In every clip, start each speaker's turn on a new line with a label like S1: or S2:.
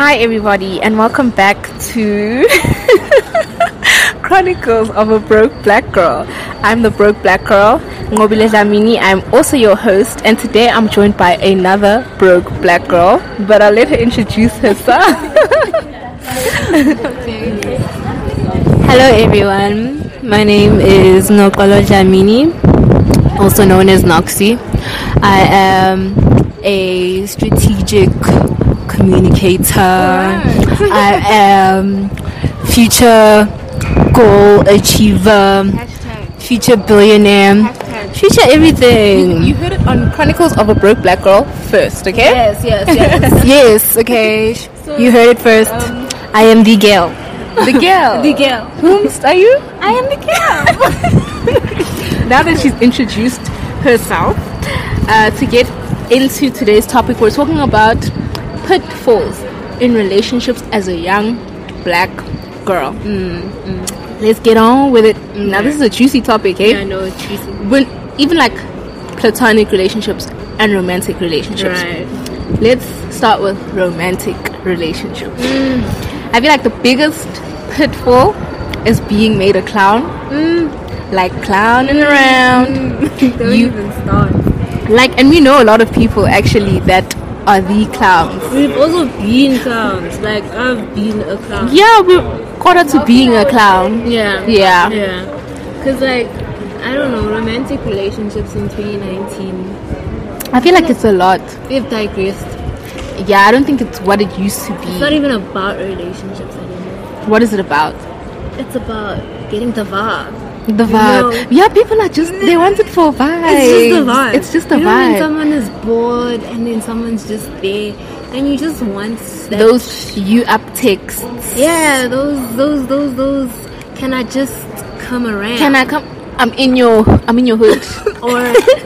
S1: Hi, everybody, and welcome back to Chronicles of a Broke Black Girl. I'm the Broke Black Girl, Ngobile Zamini. I'm also your host, and today I'm joined by another Broke Black Girl, but I'll let her introduce herself.
S2: Hello everyone, my name is Nokolo Jamini, also known as Noxie. I am a strategic communicator. I am future goal achiever, future billionaire, future everything.
S1: you heard it on Chronicles of a Broke Black Girl first, okay?
S2: Yes, yes, yes. yes, okay. you heard it first. I am the girl.
S1: um, The girl.
S2: The girl.
S1: Whomst are you?
S2: I am the girl.
S1: now that she's introduced herself, uh, to get into today's topic, we're talking about pitfalls in relationships as a young black girl.
S2: Mm,
S1: Let's get on with it. Now, this is a juicy topic, eh?
S2: I know it's juicy.
S1: When even like platonic relationships and romantic relationships.
S2: Right.
S1: Let's start with romantic relationships. I feel like the biggest pitfall is being made a clown. Like clowning around.
S2: Don't
S1: You-
S2: even start.
S1: Like, and we know a lot of people actually that are the clowns.
S2: We've also been clowns. Like I've been a clown.
S1: Yeah, we're caught up to being a clown.
S2: Yeah.
S1: Yeah.
S2: Yeah. Cause like I don't know, romantic relationships in 2019
S1: I feel like it's a lot.
S2: they've digressed.
S1: Yeah, I don't think it's what it used to
S2: It's not
S1: be.
S2: even about relationships anymore.
S1: What is it about?
S2: It's about getting the vibe.
S1: The vibe.
S2: No.
S1: Yeah, people are just, they want it for vibes.
S2: It's just the vibe.
S1: It's just the
S2: you know When
S1: vibe.
S2: someone is bored and then someone's just there, and you just want that
S1: Those you uptakes.
S2: Yeah, those, those, those, those. Can I just come around?
S1: Can I come? I'm in your, I'm in your hood.
S2: Or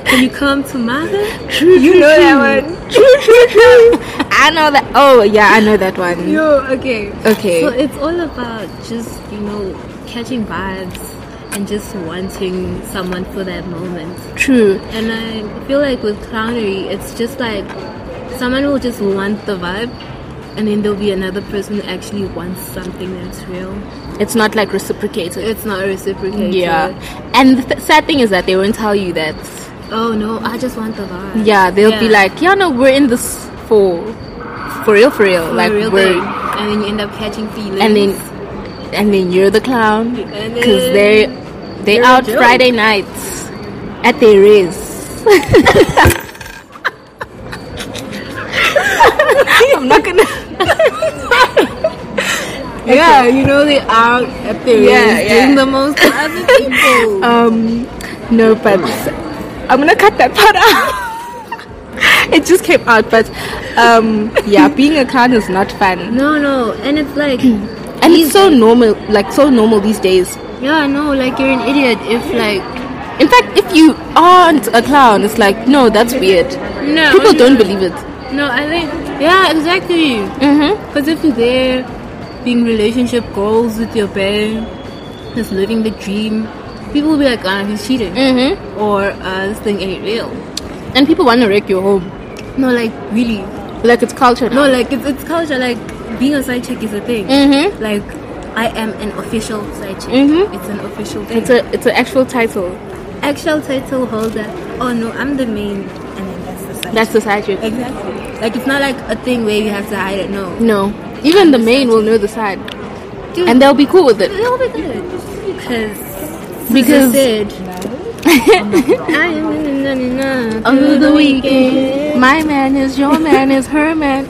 S2: can you come to my hood?
S1: True, you know that one. True, true, true. I know that. Oh, yeah, I know that one.
S2: Yo, okay.
S1: Okay.
S2: So it's all about just, you know, catching vibes and just wanting someone for that moment.
S1: True.
S2: And I feel like with clownery, it's just like someone will just want the vibe. And then there'll be another person who actually wants something that's real.
S1: It's not like reciprocated.
S2: It's not reciprocated.
S1: Yeah, and the th- sad thing is that they won't tell you that.
S2: Oh no, I just want the vibe.
S1: Yeah, they'll be
S2: Yeah.
S1: like, yeah, no, we're in this for, for real, for real. Oh, like
S2: like real
S1: we're,
S2: thing. and then you end up catching feelings.
S1: and then, and then you're the clown
S2: And
S1: because
S2: then
S1: they, they
S2: you're a
S1: out
S2: joke.
S1: Friday nights at their race. I'm not gonna.
S2: yeah, you know they are up there
S1: Yeah,
S2: is
S1: yeah.
S2: doing the most to other people.
S1: Um, no, but I'm gonna cut that part out. it just came out, but um, yeah, being a clown is not fun,
S2: no, no, and it's like
S1: and it's so normal, like so normal these days.
S2: yeah, no, like you're an idiot if like
S1: In fact, if you aren't a clown, it's like no, that's weird.
S2: no
S1: People don't believe it.
S2: No, I think yeah, exactly.
S1: Mm-hmm.
S2: Because if you're there being relationship goals with your babe, just living the dream, people will be like, ah, he's cheating,
S1: Mm-hmm.
S2: or uh, this thing ain't real.
S1: And people want to wreck your home,
S2: No, like really,
S1: like it's culture now.
S2: No, like it's, it's culture. Like being a side chick is a thing.
S1: Mhm.
S2: Like I am an official side chick.
S1: Mhm.
S2: It's an official thing.
S1: It's a it's an actual title.
S2: actual title holder. Oh no, I'm the main, and then that's the side.
S1: That's the side chick.
S2: chick. exactly. Like it's not like a thing where you have to hide it. No,
S1: No, even the main will know the side,
S2: dude,
S1: and they'll be cool with it
S2: it'll be good because
S1: because.
S2: said, I am in the na-
S1: Over
S2: through
S1: the weekend, my man is your man is her man.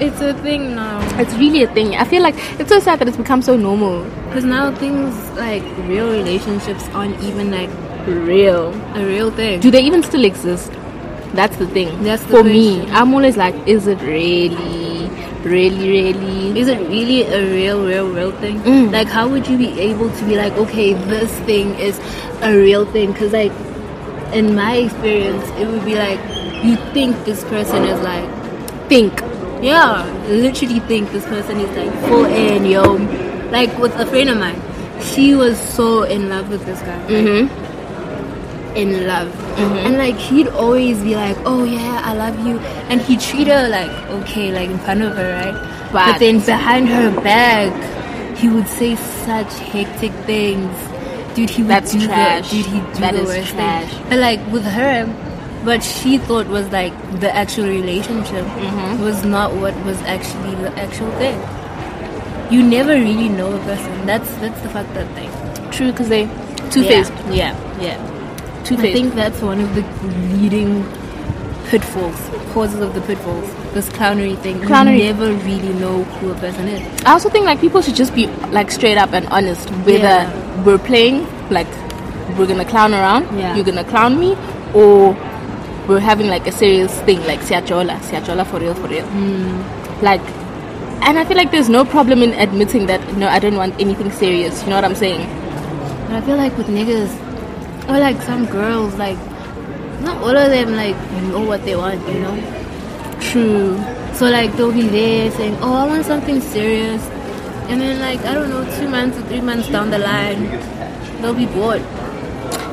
S2: It's a thing now.
S1: It's really a thing. I feel like it's so sad that it's become so normal.
S2: Because now things like real relationships aren't even like real, a real thing.
S1: Do they even still exist? That's the thing.
S2: That's the
S1: For me,
S2: question.
S1: I'm always like, is it really, really, really?
S2: Is it really a real, real, real thing?
S1: Mm.
S2: Like, how would you be able to be like, okay, this thing is a real thing? Because, like, in my experience, it would be like, you think this person is like,
S1: Think.
S2: yeah, literally think this person is like full in, yo. Like, with a friend of mine, she was so in love with this guy. like,
S1: Mm-hmm.
S2: in love. And like he'd always be like, Oh yeah, I love you and he'd treat her like okay, like in front of her,
S1: bad.
S2: right? But then behind her back, he would say such hectic things. Dude, he would
S1: That's
S2: do
S1: trash.
S2: The, dude, he'd do
S1: That
S2: the
S1: is
S2: worst thing.
S1: trash.
S2: But like with her, what she thought was like the actual relationship
S1: Mm-hmm.
S2: was not what was actually the actual thing. You never really know a person. That's that's the fucked up thing.
S1: True, because they two-faced,
S2: Yeah, yeah. yeah. I
S1: two-faced.
S2: think that's one of the leading pitfalls, causes of the pitfalls. This clownery thing.
S1: Clownery.
S2: You never really know who a person is.
S1: I also think like people should just be like straight up and honest. Whether
S2: Yeah.
S1: we're playing, like we're gonna clown around,
S2: Yeah.
S1: you're gonna clown me, or we're having like a serious thing, like siachola, siachola for real, for real.
S2: Hmm.
S1: Like, and I feel like there's no problem in admitting that no, I don't want anything serious. You know what I'm saying?
S2: But I feel like with niggas, or like some girls, like not all of them like know what they want, you know.
S1: True.
S2: So like they'll be there saying, "Oh, I want something serious," and then like I don't know, two months or three months down the line, they'll be bored.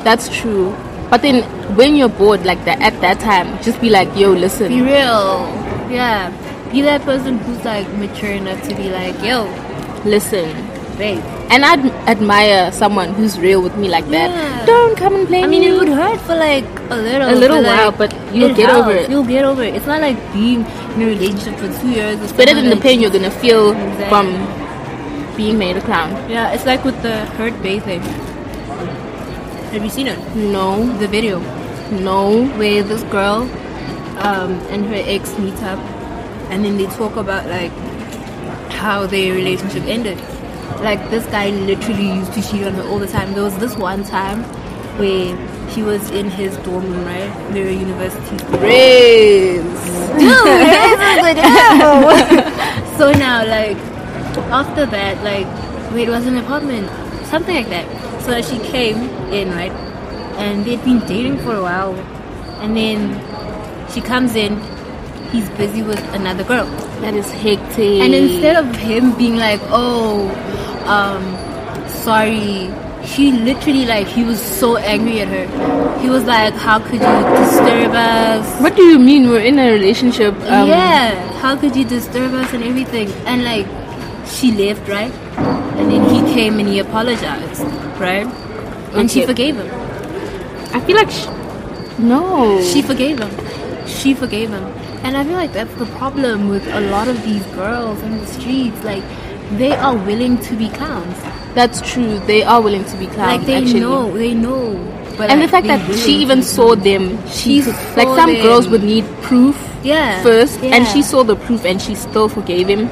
S1: That's true. But then when you're bored like that at that time, just be like, yo, listen.
S2: Be real, yeah. Be that person who's like mature enough to be like, "Yo,
S1: listen.
S2: babe."
S1: And I'd admire someone who's real with me like that.
S2: Yeah.
S1: Don't come and blame
S2: I mean,
S1: me.
S2: it would hurt for like a little,
S1: A little
S2: but, like,
S1: while, but you'll get over
S2: helps.
S1: it.
S2: You'll get over it. It's not like being in a relationship for two years. It's
S1: better than the pain you're gonna feel
S2: Exactly.
S1: from being made a clown.
S2: Yeah, it's like with the hurt bay thing. Have you seen it?
S1: No,
S2: The video
S1: no.
S2: where this girl um, and her ex meet up, and then they talk about like how their relationship ended. Like this guy literally used to cheat on her all the time. There was this one time where he was in his dorm room, right? They were university. dorm.
S1: Raise.
S2: so now, like, after that, like, wait, it was an apartment, something like that. So she came in, right? And they'd been dating for a while. And then she comes in, he's busy with another girl.
S1: That is hectic.
S2: And instead of him being like, oh, um, sorry, she literally, like, he was so angry at her. He was like, how could you disturb us?
S1: what do you mean we're in a relationship? Um,
S2: yeah, how could you disturb us and everything? And like, she left, right? And then he came and he apologized, right? And she
S1: Okay.
S2: forgave him.
S1: I feel like sh- no.
S2: She forgave him. She forgave him. And I feel like that's the problem with a lot of these girls in the streets. Like, they are willing to be clowns.
S1: That's true. They are willing to be clown.
S2: like, they
S1: actually.
S2: know, they know. But
S1: And the
S2: like,
S1: fact
S2: they're
S1: that she
S2: willing
S1: even
S2: to-
S1: saw them, she
S2: She
S1: could-
S2: saw
S1: like some
S2: them.
S1: girls would need proof
S2: Yeah,
S1: first, and
S2: yeah.
S1: she saw the proof and she still forgave him.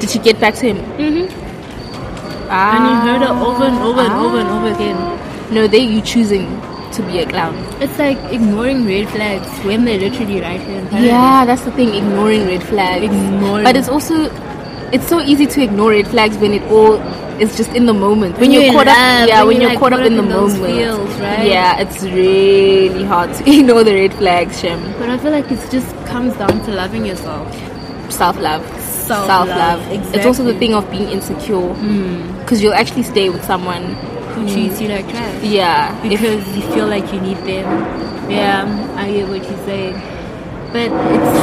S1: Did she get back to him? Mm-hmm. Ah,
S2: And you heard her over and over and over and over again.
S1: No, they you choosing to be a clown.
S2: It's like ignoring red flags when they're literally right here in front of you.
S1: Yeah, that's the thing. Ignoring red flags.
S2: Ignoring.
S1: But it's also it's so easy to ignore red flags when it all is just in the moment. When,
S2: you're in
S1: caught
S2: love,
S1: up, yeah.
S2: when
S1: When
S2: you're,
S1: you're
S2: like,
S1: caught up in the
S2: those
S1: moment,
S2: feels, right?
S1: yeah, it's really hard to ignore the red flags, Shem.
S2: But I feel like it just comes down to loving yourself.
S1: self love.
S2: Self-love,
S1: It's also the
S2: exactly. Hmm.
S1: thing of being insecure. Because you'll actually stay with someone.
S2: Who
S1: Mm.
S2: treats you like trash?
S1: Yeah. If,
S2: Because you feel like you need them. Yeah, I hear what you're saying. But it's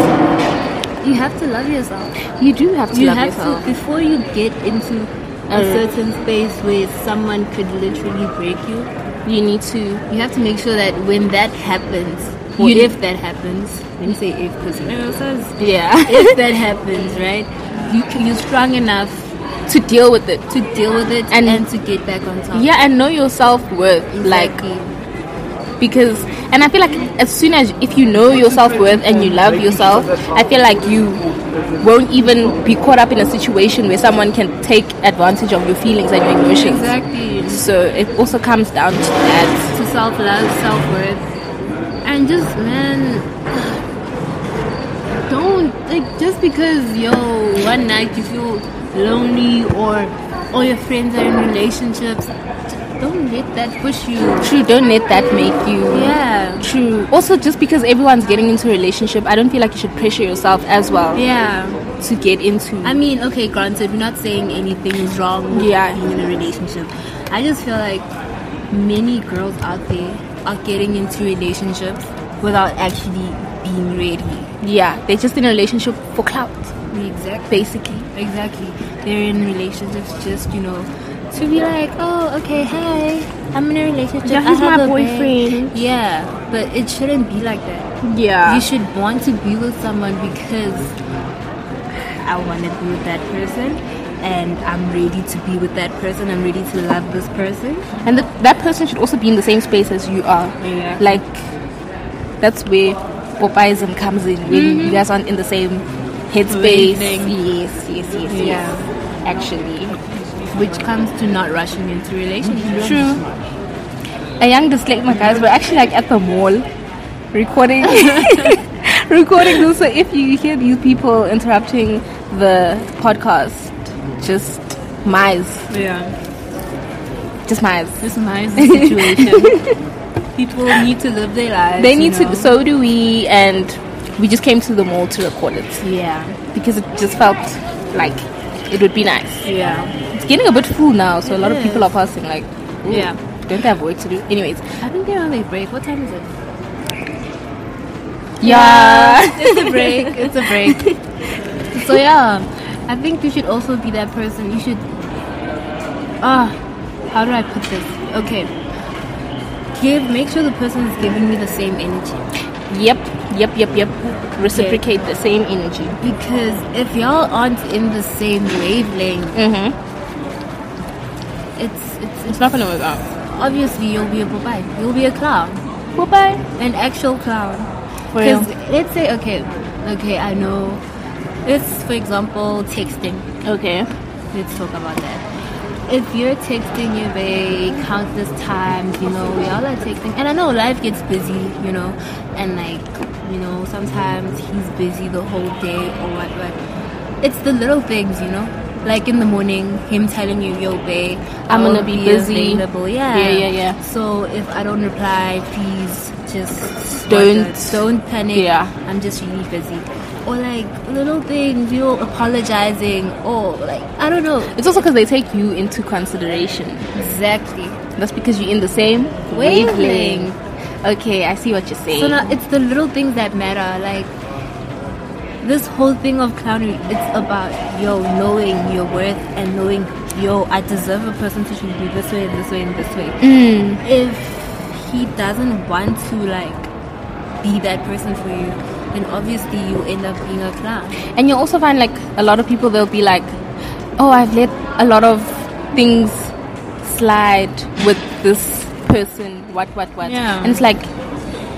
S2: you have to love yourself.
S1: you do have to
S2: you
S1: love
S2: have
S1: yourself.
S2: to before you get into a
S1: Uh,
S2: certain space where someone could literally break you.
S1: you need to.
S2: You have to make sure that when that happens, or
S1: You-
S2: if that happens, let me say if because you know says
S1: Yeah.
S2: if that happens, right? You c- you're strong enough
S1: to deal with it.
S2: to deal with it
S1: And-
S2: and, to get back on top.
S1: Yeah, and know your self worth.
S2: Exactly.
S1: Like, because. And I feel like as soon as. If you know your self worth and you love yourself, I feel like you won't even be caught up in a situation where someone can take advantage of your feelings and your emotions.
S2: exactly.
S1: So it also comes down to that.
S2: To self love, self worth, and just man, don't like just because yo one night you feel lonely or all your friends are in relationships, don't let that push you.
S1: True, don't let that make you.
S2: Yeah.
S1: True. Also, just because everyone's getting into a relationship, I don't feel like you should pressure yourself as well
S2: Yeah.
S1: to get into.
S2: I mean, okay, granted, we're not saying anything is wrong with
S1: Yeah.
S2: being in a relationship. I just feel like many girls out there are getting into relationships without actually being ready.
S1: yeah, they're just in a relationship for clout.
S2: Exactly.
S1: basically.
S2: Exactly. They're in relationships just, you know, to be like, oh, okay, hi, I'm in a relationship.
S1: Yeah,
S2: I
S1: he's
S2: have
S1: my
S2: a man."
S1: boyfriend.
S2: Yeah, but it shouldn't be like that.
S1: Yeah.
S2: You should want to be with someone because I want to be with that person and I'm ready to be with that person. I'm ready to love this person.
S1: and that that person should also be in the same space as you are.
S2: Yeah.
S1: Like that's where Popeyeism comes in when you guys aren't in the same headspace.
S2: Wavelength.
S1: Yes, yes, yes, yes.
S2: Yeah.
S1: Actually,
S2: Which comes to not rushing into relationships.
S1: true. A young disclaimer, guys. We're actually like at the mall, recording, recording this. So if you hear these people interrupting the podcast, just mize,
S2: Yeah.
S1: just mize.
S2: This is the situation. People need to live their lives.
S1: They
S2: you
S1: need
S2: know?
S1: to. So do we, and we just came to the mall to record it.
S2: Yeah.
S1: because it just felt like it would be nice.
S2: Yeah.
S1: It's getting a bit full now, so a lot of
S2: It
S1: people
S2: is.
S1: are passing. Like, ooh,
S2: Yeah.
S1: don't they have work to do? Anyways,
S2: I think they're on their break. What time is it?
S1: yeah.
S2: it's a break. It's a break. so yeah, I think you should also be that person. You should. Ah, how do I put this? Okay. Give. Make sure the person is giving me the same energy.
S1: yep, yep, yep, yep. Reciprocate the same energy.
S2: Because if y'all aren't in the same wavelength,
S1: Mm-hmm.
S2: it's it's,
S1: It's not gonna work out.
S2: obviously you'll be a bye. You'll be a clown,
S1: Bye bye.
S2: an actual clown.
S1: For real.
S2: 'Cause let's say okay, okay, I know. It's for example texting.
S1: Okay.
S2: Let's talk about that. If you're texting your bae countless times, you know, we all are texting. And I know life gets busy, you know, and like, you know, sometimes he's busy the whole day or what, but it's the little things, you know? Like in the morning, him telling you, yo, babe,
S1: I'm
S2: I
S1: gonna
S2: won't
S1: be busy."
S2: Available. Yeah.
S1: Yeah, yeah, yeah.
S2: So if I don't reply, please just
S1: Don't-
S2: don't panic.
S1: Yeah.
S2: I'm just really busy. Or like little things, you know, apologizing or like I don't know
S1: It's also because they take you into consideration.
S2: exactly.
S1: That's because you're in the same
S2: Wavelength.
S1: Okay, I see what you're saying.
S2: So now it's the little things that matter. Like this whole thing of clownery, it's about yo knowing your worth and knowing yo I deserve a person to treat me this way and this way and this way.
S1: Mm.
S2: If he doesn't want to like be that person for you, then obviously you end up being a clown.
S1: And you'll also find like a lot of people they'll be like, Oh, I've let a lot of things slide with this person, what what what.
S2: Yeah.
S1: And it's like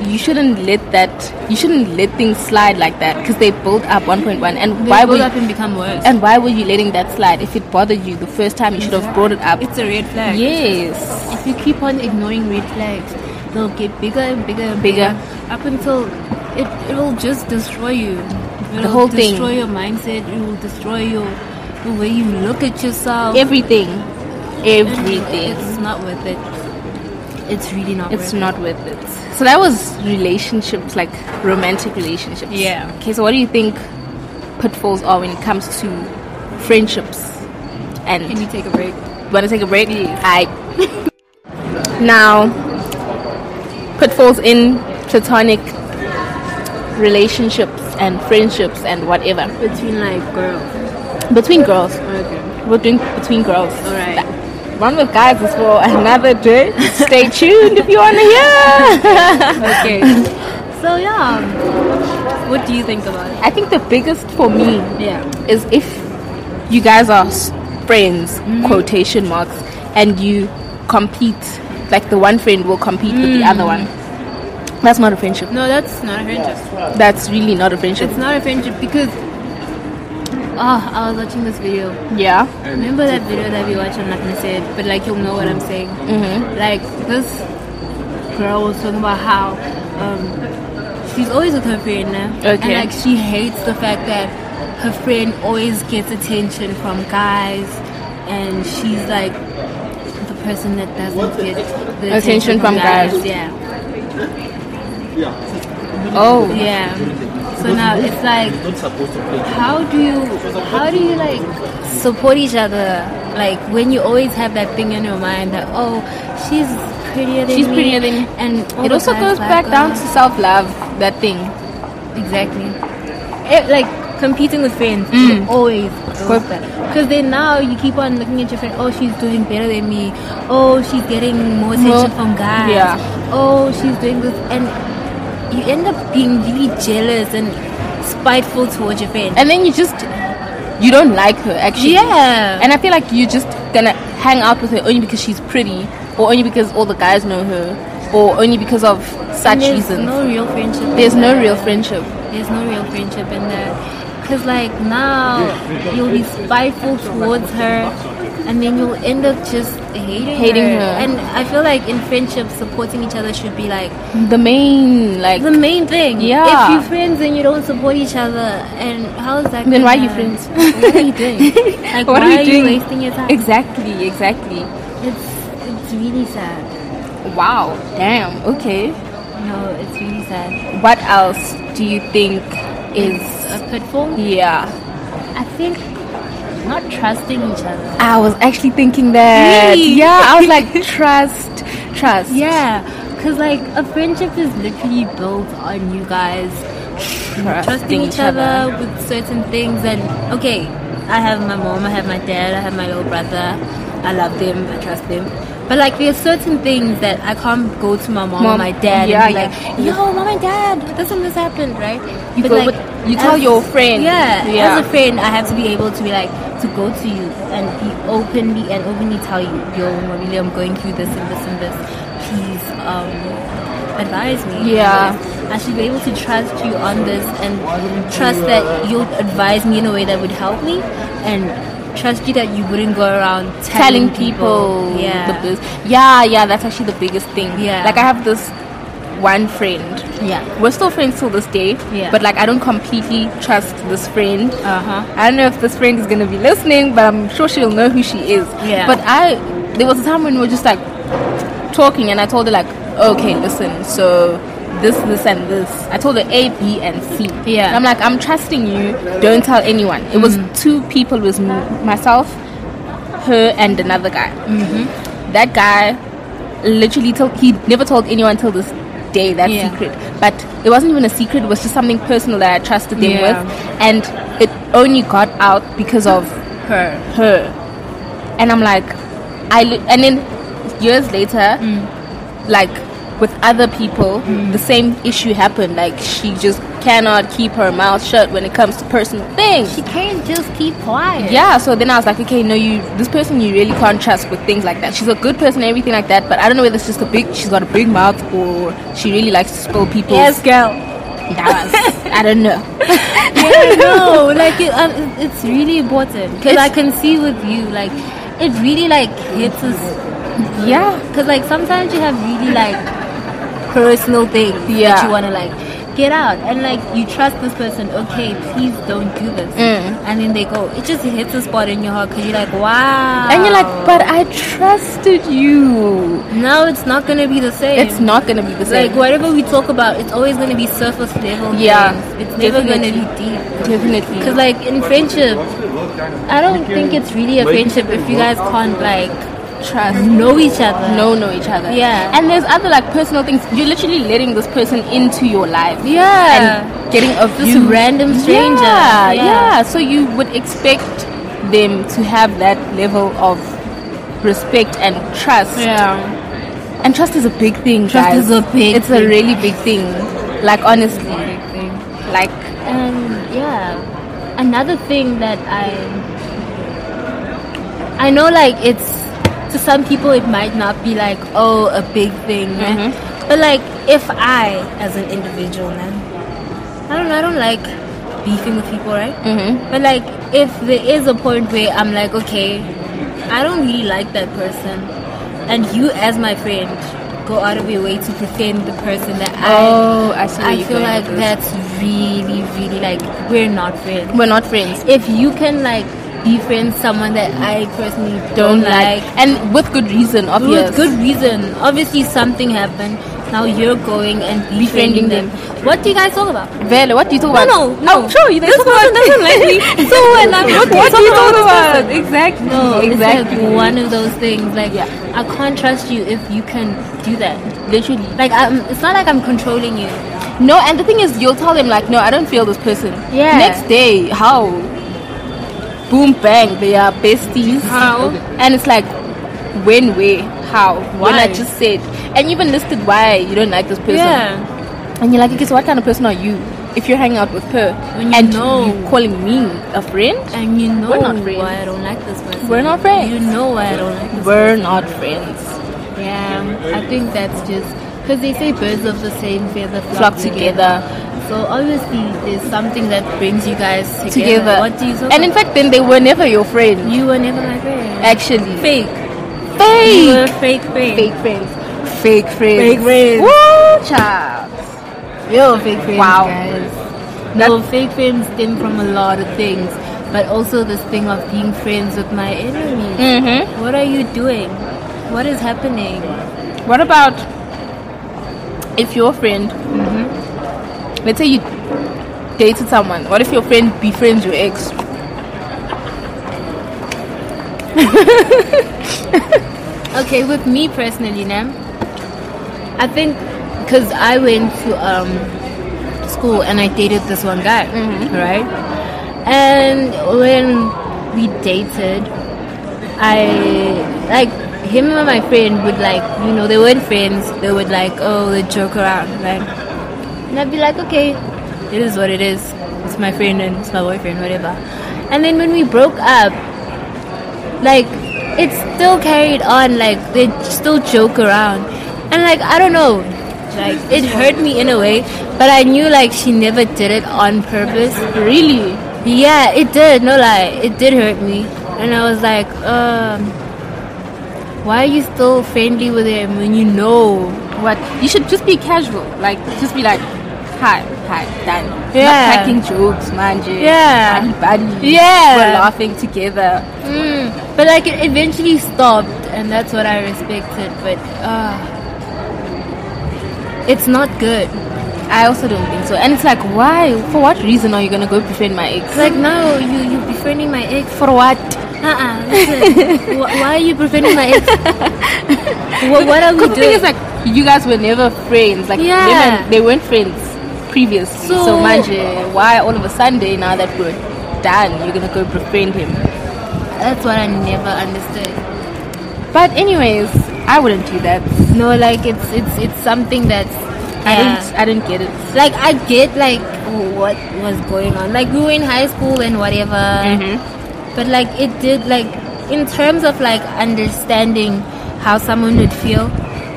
S1: you shouldn't let that you shouldn't let things slide like that because they build up 1.1 and
S2: They
S1: why
S2: build
S1: would
S2: up and become worse.
S1: and why were you letting that slide if it bothered you the first time you should have brought it up
S2: it's a red flag.
S1: yes
S2: If you keep on ignoring red flags, they'll get bigger and bigger and
S1: Bigger.
S2: bigger, up until it it will just destroy you. It'll
S1: whole thing.
S2: destroy your mindset. It will destroy your the way you look at yourself.
S1: everything
S2: And
S1: everything
S2: It's not worth it. It's really not.
S1: It's
S2: worth
S1: not worth it. So that was relationships, like romantic relationships.
S2: Yeah.
S1: Okay, so what do you think pitfalls are when it comes to friendships? And
S2: It. Can you take a break?
S1: want to take a break? I. now, pitfalls in platonic relationships and friendships and whatever
S2: Between like girls.
S1: between girls.
S2: Okay.
S1: We're doing between girls.
S2: All right.
S1: That- Run with guys is for another day. Stay tuned if you want to hear.
S2: Okay. so yeah, what do you think about it?
S1: I think the biggest for me
S2: Yeah.
S1: is if you guys are s- friends,
S2: Mm.
S1: quotation marks, and you compete, like the one friend will compete with
S2: Mm.
S1: the other one. That's not a friendship.
S2: No, that's not a friendship.
S1: That's really not a friendship.
S2: It's not a friendship because. Oh, I was watching this video.
S1: yeah.
S2: Remember that video that we watched? I'm not gonna say it, but like you'll know what I'm saying.
S1: Mhm.
S2: Like this girl was talking about how um, she's always with her friend now, and
S1: Okay.
S2: like she hates the fact that her friend always gets attention from guys, and she's like the person that doesn't get the
S1: Attention
S2: attention,
S1: from guys.
S2: Yeah,
S1: Oh.
S2: yeah. So now it's like
S3: not supposed to play.
S2: how do you how do you like support each other like when you always have that thing in your mind that oh she's prettier than
S1: She's
S2: me,
S1: prettier than-
S2: and all
S1: It
S2: the
S1: also
S2: guys
S1: goes
S2: like uh,
S1: back
S2: her.
S1: down to self love, that thing.
S2: exactly it, Eh, like competing with friends is always goes because then now you keep on looking at your friend oh she's doing better than me oh she's getting more attention
S1: Well,
S2: from guys
S1: yeah.
S2: oh she's doing this and you end up being really jealous and spiteful towards your friend
S1: and then you just you don't like her actually.
S2: Yeah.
S1: And I feel like you're just gonna hang out with her only because she's pretty, or only because all the guys know her, or only because of such
S2: And there's
S1: reasons.
S2: no real friendship
S1: there's no real friendship.
S2: there's no real friendship in that because like now you'll be spiteful towards her and then you'll end up just hating,
S1: Hating her.
S2: and i feel like in friendship supporting each other should be like
S1: The main like
S2: the main thing
S1: Yeah.
S2: if you're friends and you don't support each other and how is that
S1: Then why are
S2: gonna-
S1: you friends?
S2: what are you doing like
S1: what
S2: why
S1: are you doing?
S2: wasting your time
S1: Exactly, exactly.
S2: it's it's really sad
S1: Wow, damn. Okay.
S2: no it's really sad
S1: What else do you think is
S2: a pitfall
S1: yeah?
S2: i think not trusting each other
S1: I was actually thinking that.
S2: Really?
S1: Yeah, I was like trust, trust.
S2: Yeah, because like a friendship is literally built on you guys
S1: trusting,
S2: trusting each other with certain things. And okay, I have my mom, I have my dad, I have my little brother. I love them, I trust them. But like there are certain things that I can't go to my mom, or
S1: Mom,
S2: my dad
S1: yeah,
S2: and be like,
S1: yeah.
S2: yo, mom and dad, this and this happened, right?
S1: You go with- you tell your friend.
S2: Yeah,
S1: Yeah.
S2: as a friend, I have to be able to be like to go to you and be openly and openly tell you, yo, Marile, I'm going through this and this and this. Please um, advise me.
S1: Yeah.
S2: I should be able to trust you on this and trust that you'll advise me in a way that would help me and trust you that you wouldn't go around
S1: telling
S2: telling,
S1: people
S2: yeah.
S1: the bus- Yeah, yeah, that's actually the biggest thing.
S2: Yeah.
S1: Like I have this one friend.
S2: Yeah.
S1: We're still friends till this day.
S2: Yeah.
S1: But like I don't completely trust this friend.
S2: Uh-huh.
S1: I don't know if this friend is gonna be listening, but I'm sure she'll know who she is.
S2: Yeah.
S1: But I there was a time when we were just like talking and I told her like, okay, listen, so this, this and this. I told her A, B and C.
S2: Yeah. Mm-hmm.
S1: And I'm like, I'm trusting you, don't tell anyone. It was two people, it was m- myself, her and another guy. Mm-hmm. That guy literally told he never told anyone till this day that
S2: Yeah.
S1: secret. But it wasn't even a secret, it was just something personal that I trusted them
S2: Yeah.
S1: with. And it only got out because of
S2: Her.
S1: her. And I'm like, I li- and then years later,
S2: Mm.
S1: like with other people, the same issue happened. Like she just cannot keep her mouth shut when it comes to personal things.
S2: She can't just keep quiet.
S1: Yeah, so then I was like, okay, no, you this person you really can't trust with things like that. She's a good person and everything like that, but I don't know whether it's just a big she's got a big mouth or she really likes to spill people's
S2: Yes, girl.
S1: That was I don't know.
S2: yeah, no, like it, um, it- it's really important because
S1: It's-
S2: I can see with you, like it really like hits us.
S1: Yeah.
S2: because like sometimes you have really like personal things that
S1: Yeah.
S2: you want to like get out, and like you trust this person. Okay, please don't do this,
S1: Mm.
S2: and then they go. It just hits a spot in your heart because you're like, wow,
S1: And you're like, but I trusted you.
S2: now it's not gonna be the same.
S1: It's not gonna be the same.
S2: like whatever we talk about, it's always gonna be surface level.
S1: Yeah,
S2: things. it's never
S1: definitely.
S2: gonna be deep. Because
S1: Definitely.
S2: like in friendship, I don't think it's really a friendship if you guys can't like
S1: Trust.
S2: know each other.
S1: Know know each other.
S2: Yeah.
S1: And there's other like personal things. You're literally letting this person into your life.
S2: Yeah.
S1: And getting a
S2: this
S1: view.
S2: random stranger.
S1: Yeah, yeah, So you would expect them to have that level of respect and trust.
S2: Yeah.
S1: And trust is a big thing,
S2: Trust
S1: guys.
S2: is a big
S1: It's a
S2: thing.
S1: really big thing. Like honestly, like
S2: And yeah, another thing that I I know like it's to some people it might not be like oh a big thing, man.
S1: Mm-hmm.
S2: but like if I as an individual, man, I don't know, I don't like beefing with people, right?
S1: mhm.
S2: But like, if there is a point where I'm like, okay, I don't really like that person, and you as my friend go out of your way to defend the person that
S1: Oh, I see.
S2: I,
S1: where
S2: I
S1: you're
S2: feel
S1: going
S2: like
S1: with this.
S2: that's really, really like we're not friends.
S1: we're not friends.
S2: If you can like befriend someone that I personally don't, like,
S1: and with good reason,
S2: with
S1: obvious.
S2: good reason, obviously something happened. Now you're going and
S1: Befriending
S2: befriending, them. What do you guys talk about?
S1: Vele, what do you talk
S2: No,
S1: about?
S2: no, no.
S1: I'm sure you
S2: This person doesn't like me. So what? Like, what do you talk about this person?
S1: Exactly.
S2: No,
S1: exactly.
S2: it's like one of those things. Like,
S1: Yeah.
S2: I can't trust you if you can do that.
S1: Literally.
S2: Like, I'm, it's not like I'm controlling you.
S1: No, and the thing is, you'll tell them like, no, I don't feel this person.
S2: Yeah.
S1: Next day, how? Boom, bang, they are besties.
S2: How?
S1: And it's like, when, where, how? When
S2: Why?
S1: I just said, and you even listed why you don't like this person.
S2: Yeah.
S1: And you're like, okay, so what kind of person are you? If you're hanging out with her
S2: When you
S1: and
S2: know.
S1: you calling me a friend,
S2: And you know
S1: We're not friends.
S2: why I don't like this person.
S1: We're not friends.
S2: You know why I don't like this
S1: we're not friends.
S2: Yeah, I think that's just because they say birds of the same feather flock,
S1: Flock together.
S2: So obviously, there's something that brings you guys together.
S1: Together.
S2: What do you talk
S1: and in fact, then they were never your friend.
S2: you were never my friend.
S1: Actually,
S2: fake. You
S1: fake,
S2: were fake friend.
S1: fake friends, fake friends,
S2: Fake friends.
S1: Woo, child.
S2: Real fake friends,
S1: Wow.
S2: guys. No, fake friends stem from a lot of things, but also this thing of being friends with my enemy.
S1: Mhm.
S2: What are you doing? What is happening?
S1: What about if your friend, let's say you dated someone, what if your friend befriends your ex?
S2: Okay, with me personally, Nam, I think because I went to um, school and I dated this one guy, right? And when we dated, I like him and my friend would like, you know, they weren't friends. They would like, oh, they joke around, right? And I'd be like, okay, it is what it is. It's my friend and it's my boyfriend, whatever. And then when we broke up, like it's still carried on like they still joke around and like i don't know like it hurt me in a way but i knew like she never did it on purpose
S1: Really?
S2: yeah it did no lie it did hurt me and i was like um why are you still friendly with him when you know
S1: What? You should just be casual. Like, just be like, hi, hi, done.
S2: Yeah.
S1: Not cracking jokes, man.
S2: Yeah.
S1: Buddy, buddy.
S2: Yeah.
S1: We're laughing together.
S2: Mm, but like it eventually stopped, and that's what I respected. But uh, it's not good.
S1: I also don't think so. And it's like, why? For what reason are you gonna go befriend my ex?
S2: It's like no, you you befriending my ex.
S1: for what?
S2: Uh-uh. listen. Wh- why are you befriending my ex? what, what are we
S1: Because
S2: doing?
S1: the thing is, like, you guys were never friends. Like,
S2: Yeah.
S1: them and- they weren't friends previously. So,
S2: So-
S1: manje, why all of a sudden now that we're done, you're gonna go befriend him?
S2: That's what I never understood.
S1: But anyways, I wouldn't do that.
S2: No, like it's it's it's something that's
S1: I
S2: yeah.
S1: didn't. I didn't get it.
S2: like I get like what was going on. Like we were in high school and whatever. Mm-hmm. But like it did like in terms of like understanding how someone would feel,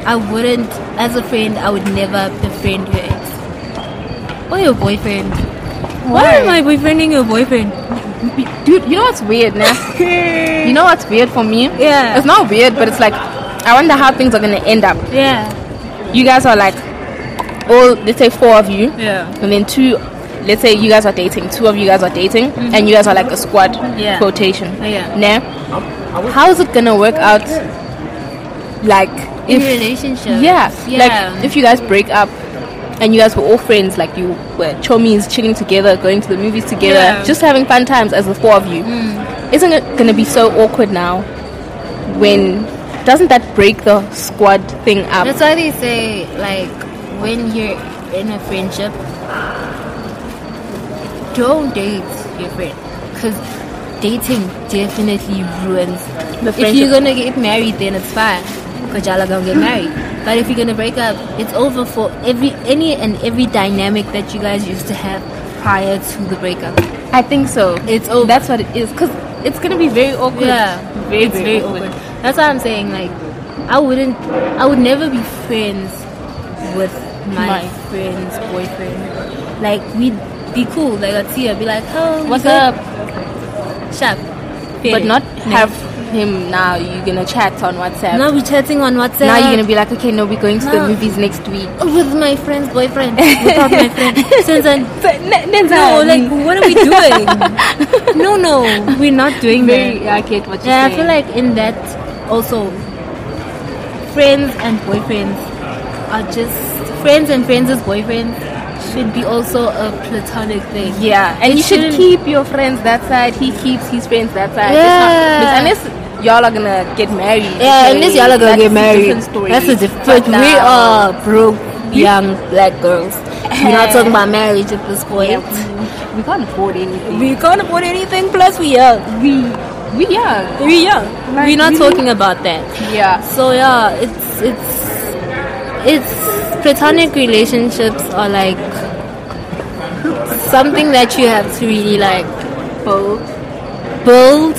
S2: I wouldn't as a friend I would never befriend your ex. Or your boyfriend. Why,
S1: Why?
S2: am I befriending your boyfriend?
S1: Dude, you know what's weird, nah? you know what's weird for me?
S2: Yeah.
S1: It's not weird, but it's like, I wonder how things are gonna end up.
S2: Yeah.
S1: You guys are like, all let's say four of you,
S2: Yeah.
S1: and then two. Let's say you guys are dating. Two of you guys are dating, and you guys are like a squad.
S2: Mm-hmm. Yeah.
S1: Quotation.
S2: Yeah.
S1: Nah. How is it gonna work out? Like
S2: In
S1: if
S2: relationships.
S1: yeah,
S2: Yeah.
S1: like if you guys break up and you guys were all friends, like you were chomies, chilling together, going to the movies together,
S2: Yeah. Mm.
S1: just having fun times as the four of you, isn't it gonna be so awkward now when doesn't that break the squad thing up?
S2: That's why they say like when you're in a friendship, don't date your friend because dating definitely ruins.
S1: The
S2: if you're
S1: friendship.
S2: gonna get married, then it's fine because y'all are gonna get married. But if you're gonna break up, it's over for every any and every dynamic that you guys used to have prior to the breakup.
S1: I think so.
S2: It's over.
S1: That's what it is, because it's gonna be very awkward.
S2: Yeah,
S1: very,
S2: it's
S1: very,
S2: very
S1: awkward.
S2: awkward. That's why I'm saying like, I wouldn't, I would never be friends with my,
S1: My.
S2: friend's boyfriend. Like we'd be cool. Like I'd see her, be like, oh, you
S1: What's
S2: good?
S1: up?
S2: Sharp.
S1: But
S2: Period.
S1: not
S2: Next.
S1: have him now. You're gonna chat on WhatsApp.
S2: Now we're chatting on WhatsApp.
S1: Now you're gonna be like, okay, no, we're going to
S2: No.
S1: the movies next week.
S2: with my friend's boyfriend. Without my friend. Since then, no,
S1: No,
S2: like what are we doing? no, no, we're not doing that.
S1: very. I get what you're
S2: Yeah, I
S1: saying.
S2: feel like in that also, friends and boyfriends are just friends and friends as boyfriends should be also a platonic thing.
S1: yeah, and
S2: It
S1: you should
S2: shouldn't-
S1: keep your friends that side. He keeps his friends that side.
S2: Yeah.
S1: It's not, unless y'all are gonna get married.
S2: Yeah,
S1: okay,
S2: unless y'all are gonna
S1: that's
S2: get
S1: a
S2: married.
S1: different story.
S2: That's a different.
S1: But
S2: we
S1: now-
S2: are broke young black girls. We're not talking about marriage at this point.
S1: we, we can't afford anything.
S2: We can't afford anything. Plus, we young.
S1: We, we yeah, uh,
S2: We young.
S1: Like,
S2: We're not
S1: we-
S2: talking about that.
S1: yeah.
S2: So yeah, it's it's it's platonic relationships are like something that you have to really like
S1: Both.
S2: build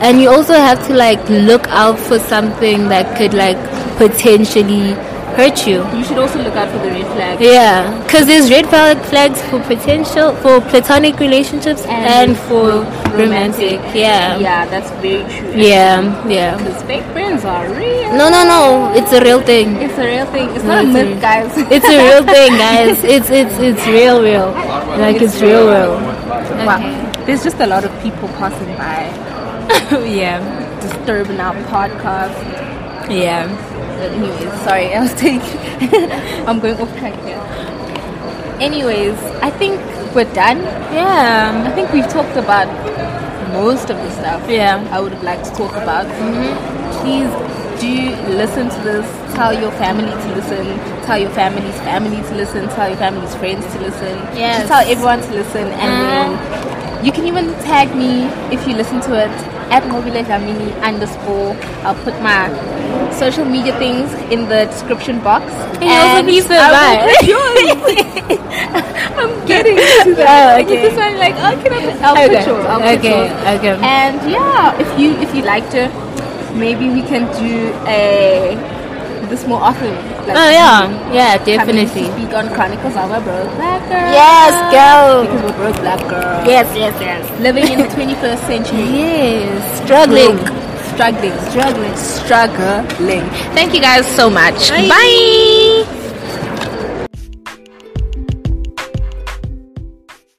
S2: and you also have to like look out for something that could like potentially hurt you.
S1: You should also look out for the red flag.
S2: Yeah, because there's red flag flags for potential for platonic relationships and,
S1: And
S2: for romantic. Yeah. yeah,
S1: Yeah, that's very true.
S2: yeah,
S1: Because fake friends are real.
S2: No, no, no, it's a real thing.
S1: It's a real thing. It's
S2: No,
S1: not a
S2: it's a-
S1: myth, guys.
S2: It's a real thing, guys. It's it's it's real, real. Like it's real, real.
S1: wow. There's just a lot of people passing by,
S2: yeah,
S1: disturbing our podcast.
S2: yeah.
S1: But anyways, sorry, I was taking. I'm going off track here. Anyways, I think we're done.
S2: Yeah.
S1: Um, I think we've talked about most of the stuff.
S2: Yeah. Mm-hmm.
S1: I would have liked to talk about. Please do listen to this. Tell your family to listen. Tell your family's family to listen. Tell your family's friends to listen.
S2: Yes. Mm-hmm.
S1: Just tell everyone to listen. And then you can even tag me if you listen to it at Mobile Jamini underscore. I'll put my social media things in the description box.
S2: you also need to
S1: I will
S2: buy.
S1: put yours. I'm getting to that.
S2: Oh, okay.
S1: This one, like, oh, can I? I'll
S2: Okay.
S1: put yours. I'll put
S2: Okay.
S1: yours.
S2: Okay.
S1: And yeah, if you if you liked it, maybe we can do a this more often. Like,
S2: Oh yeah,
S1: come in
S2: yeah,
S1: to
S2: definitely.
S1: Speak on Chronicles of a Broke Black Girl.
S2: Yes, go.
S1: Because we're broke black girls.
S2: Yes, yes, yes.
S1: Living in the 21st century.
S2: Yes, struggling.
S1: Struggling. Struggling. Struggling. Thank you guys so much.
S2: Bye.